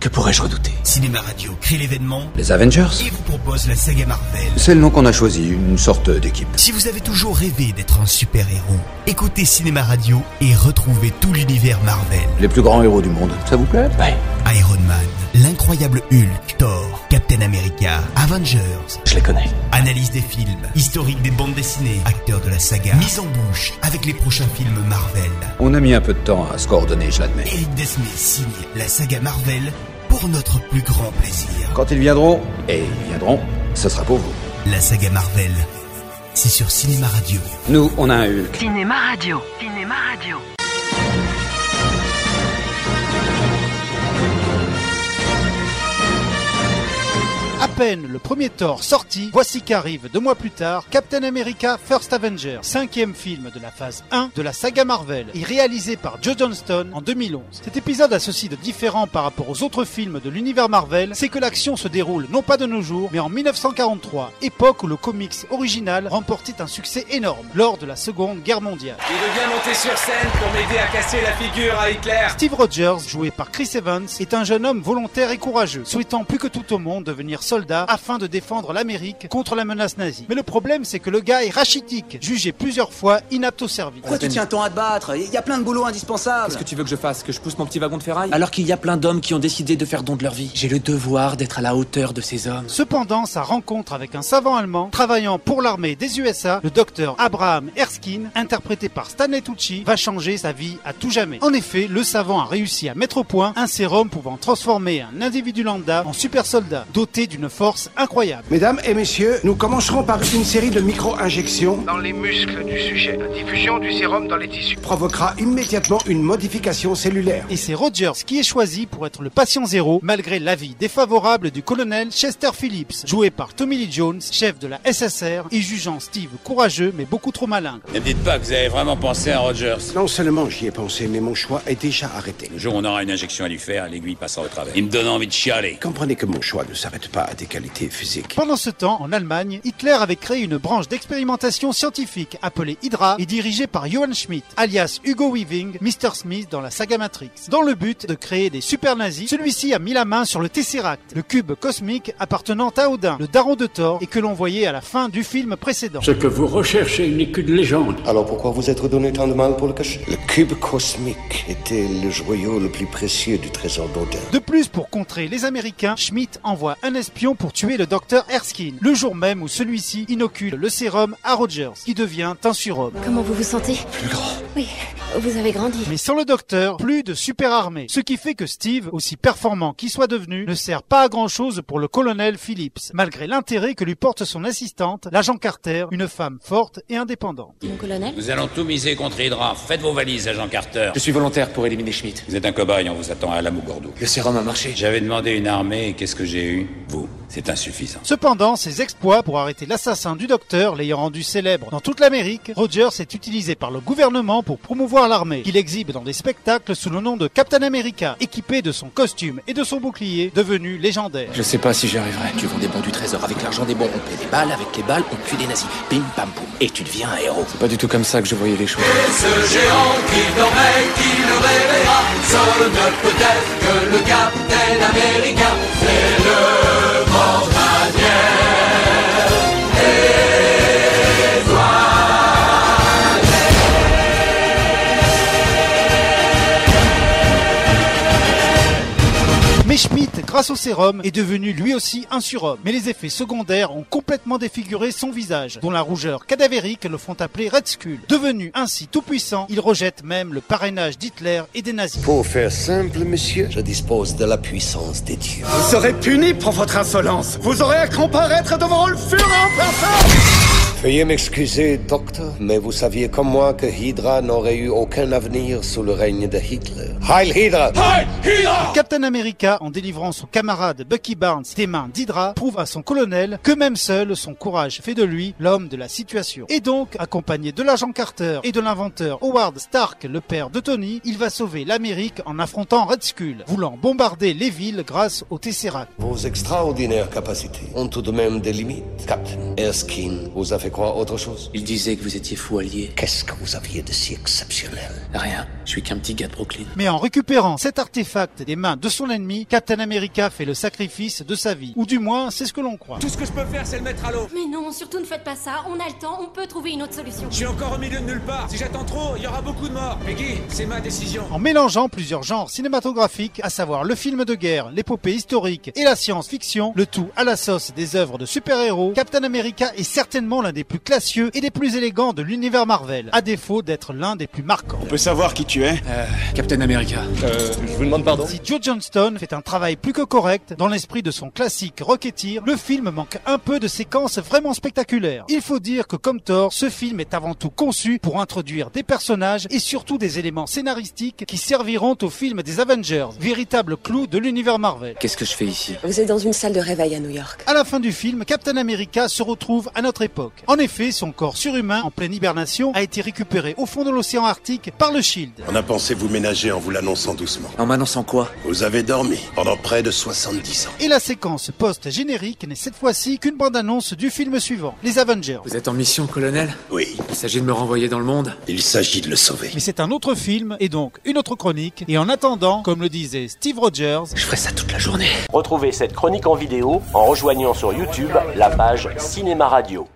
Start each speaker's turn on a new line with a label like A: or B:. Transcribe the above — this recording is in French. A: Que pourrais-je redouter
B: Cinéma Radio crée l'événement
A: Les Avengers
B: et vous propose la saga Marvel.
A: C'est le nom qu'on a choisi, une sorte d'équipe.
B: Si vous avez toujours rêvé d'être un super-héros, écoutez Cinéma Radio et retrouvez tout l'univers Marvel.
A: Les plus grands héros du monde. Ça vous plaît Ouais.
B: Iron Man, l'incroyable Hulk, Thor, Captain America, Avengers.
A: Je les connais.
B: Analyse des films, historique des bandes dessinées, acteurs de la saga, mise en bouche avec les prochains films Marvel.
A: On a mis un peu de temps à se coordonner, je l'admets.
B: Eric Desmé signe la saga Marvel pour notre plus grand plaisir.
A: Quand ils viendront, et ils viendront, ce sera pour vous.
B: La saga Marvel, c'est sur Cinéma Radio.
A: Nous, on a un Hulk.
C: Cinéma Radio. Cinéma Radio.
D: À peine le premier Thor sorti, voici qu'arrive deux mois plus tard Captain America First Avenger, cinquième film de la phase 1 de la saga Marvel et réalisé par Joe Johnston en 2011. Cet épisode a ceci de différent par rapport aux autres films de l'univers Marvel, c'est que l'action se déroule non pas de nos jours, mais en 1943, époque où le comics original remportait un succès énorme lors de la Seconde Guerre mondiale.
E: Il est bien monté sur scène pour m'aider à casser la figure à Hitler.
D: Steve Rogers, joué par Chris Evans, est un jeune homme volontaire et courageux, souhaitant plus que tout au monde devenir soldat afin de défendre l'Amérique contre la menace nazie. Mais le problème, c'est que le gars est rachitique, jugé plusieurs fois inapte au service.
F: Pourquoi tu tiens tant à te battre Il y a plein de boulots indispensables.
E: Qu'est-ce que tu veux que je fasse Que je pousse mon petit wagon de ferraille
F: Alors qu'il y a plein d'hommes qui ont décidé de faire don de leur vie. J'ai le devoir d'être à la hauteur de ces hommes.
D: Cependant, sa rencontre avec un savant allemand travaillant pour l'armée des USA, le docteur Abraham Erskine, interprété par Stanley Tucci, va changer sa vie à tout jamais. En effet, le savant a réussi à mettre au point un sérum pouvant transformer un individu lambda en super soldat, doté d'une force incroyable.
G: Mesdames et messieurs, nous commencerons par une série de micro-injections
H: dans les muscles du sujet. La diffusion du sérum dans les tissus.
G: qui provoquera immédiatement une modification cellulaire.
D: Et c'est Rogers qui est choisi pour être le patient zéro, malgré l'avis défavorable du colonel Chester Phillips, joué par Tommy Lee Jones, chef de la SSR, et jugeant Steve courageux mais beaucoup trop malin.
I: Ne me dites pas que vous avez vraiment pensé à Rogers.
G: Non seulement j'y ai pensé, mais mon choix est déjà arrêté.
I: Le jour où on aura une injection à lui faire, l'aiguille passera au travers. Il me donne envie de chialer.
G: Comprenez que mon choix ne s'arrête pas à des qualités physiques.
D: Pendant ce temps, en Allemagne, Hitler avait créé une branche d'expérimentation scientifique appelée Hydra et dirigée par Johann Schmidt, alias Hugo Weaving, Mr. Smith dans la saga Matrix. Dans le but de créer des super nazis, celui-ci a mis la main sur le Tesseract, le cube cosmique appartenant à Odin, le daron de Thor, et que l'on voyait à la fin du film précédent.
J: Ce que vous recherchez n'est qu'une légende.
K: Alors pourquoi vous êtes donné tant de mal pour le cacher
L: Le cube cosmique était le joyau le plus précieux du trésor d'Odin.
D: De plus, pour contrer les Américains, Schmidt envoie un espion pour tuer le docteur Erskine, le jour même où celui-ci inocule le sérum à Rogers, qui devient un surhomme.
M: Comment vous vous sentez
L: Plus grand.
M: Oui, vous avez grandi.
D: Mais sans le docteur, plus de super armée. Ce qui fait que Steve, aussi performant qu'il soit devenu, ne sert pas à grand chose pour le colonel Phillips, malgré l'intérêt que lui porte son assistante, l'agent Carter, une femme forte et indépendante.
M: Mon colonel
I: Nous allons tout miser contre Hydra. Faites vos valises, agent Carter.
F: Je suis volontaire pour éliminer Schmidt.
I: Vous êtes un cobaye, on vous attend à Alamogordo.
F: Le sérum a marché.
I: J'avais demandé une armée et qu'est-ce que j'ai eu Vous. C'est insuffisant.
D: Cependant, ses exploits pour arrêter l'assassin du docteur l'ayant rendu célèbre dans toute l'Amérique, Rogers est utilisé par le gouvernement pour promouvoir l'armée, qu'il exhibe dans des spectacles sous le nom de Captain America, équipé de son costume et de son bouclier, devenu légendaire.
F: Je sais pas si j'y arriverai.
L: Tu vends des bons du trésor. Avec l'argent des bons, on paie des balles. Avec les balles, on tue des nazis. Bim, bam, boum. Et tu deviens un héros.
F: C'est pas du tout comme ça que je voyais les choses.
E: Ce géant qui dormait, qui le réveillera, seul ne peut être que le capitaine américain. C'est le mort
D: Mais Schmidt, grâce au sérum, est devenu lui aussi un surhomme. Mais les effets secondaires ont complètement défiguré son visage, dont la rougeur cadavérique le font appeler Red Skull. Devenu ainsi tout puissant, il rejette même le parrainage d'Hitler et des nazis.
L: Pour faire simple, monsieur, je dispose de la puissance des dieux.
G: Vous serez puni pour votre insolence. Vous aurez à comparaître devant le furent
L: Veuillez m'excuser, docteur, mais vous saviez comme moi que Hydra n'aurait eu aucun avenir sous le règne de Hitler. Heil Hydra!
D: Captain America, en délivrant son camarade Bucky Barnes des mains d'Hydra, prouve à son colonel que même seul, son courage fait de lui l'homme de la situation. Et donc, accompagné de l'agent Carter et de l'inventeur Howard Stark, le père de Tony, il va sauver l'Amérique en affrontant Red Skull, voulant bombarder les villes grâce au Tesseract.
L: Vos extraordinaires capacités ont tout de même des limites, Captain. Erskine vous a fait croire autre chose
F: Il disait que vous étiez fou allié.
L: Qu'est-ce que vous aviez de si exceptionnel
F: Rien. Je suis qu'un petit gars de Brooklyn.
D: Mais en récupérant cet artefact des mains de son ennemi, Captain America fait le sacrifice de sa vie. Ou du moins, c'est ce que l'on croit.
N: Tout ce que je peux faire, c'est le mettre à l'eau.
M: Mais non, surtout ne faites pas ça. On a le temps, on peut trouver une autre solution.
N: Je suis encore au milieu de nulle part. Si j'attends trop, il y aura beaucoup de morts. Peggy, c'est ma décision.
D: En mélangeant plusieurs genres cinématographiques, à savoir le film de guerre, l'épopée historique et la science-fiction, le tout à la sauce des œuvres de super-héros, Captain America est certainement l'un des plus classieux et des plus élégants de l'univers Marvel, à défaut d'être l'un des plus marquants.
O: On peut savoir qui tu es
F: euh, Captain America.
O: Euh, je vous demande pardon.
D: Si Joe Johnston fait un travail plus que correct dans l'esprit de son classique Rocketeer, le film manque un peu de séquences vraiment spectaculaires. Il faut dire que comme Thor, ce film est avant tout conçu pour introduire des personnages et surtout des éléments scénaristiques qui serviront au film des Avengers, véritable clou de l'univers Marvel.
F: Qu'est-ce que je fais ici
P: Vous êtes dans une salle de réveil à New York.
D: À la fin du film, Captain America se retrouve à notre époque. En effet, son corps surhumain en pleine hibernation a été récupéré au fond de l'océan Arctique par le Shield.
Q: On a pensé vous ménager en vous l'annonçant doucement.
F: En m'annonçant quoi
Q: Vous avez dormi pendant près de 70 ans.
D: Et la séquence post-générique n'est cette fois-ci qu'une bande-annonce du film suivant, Les Avengers.
F: Vous êtes en mission, colonel
Q: Oui.
F: Il s'agit de me renvoyer dans le monde
Q: Il s'agit de le sauver.
D: Mais c'est un autre film et donc une autre chronique. Et en attendant, comme le disait Steve Rogers,
F: je ferai ça toute la journée.
R: Retrouvez cette chronique en vidéo en rejoignant sur YouTube la page Cinéma Radio.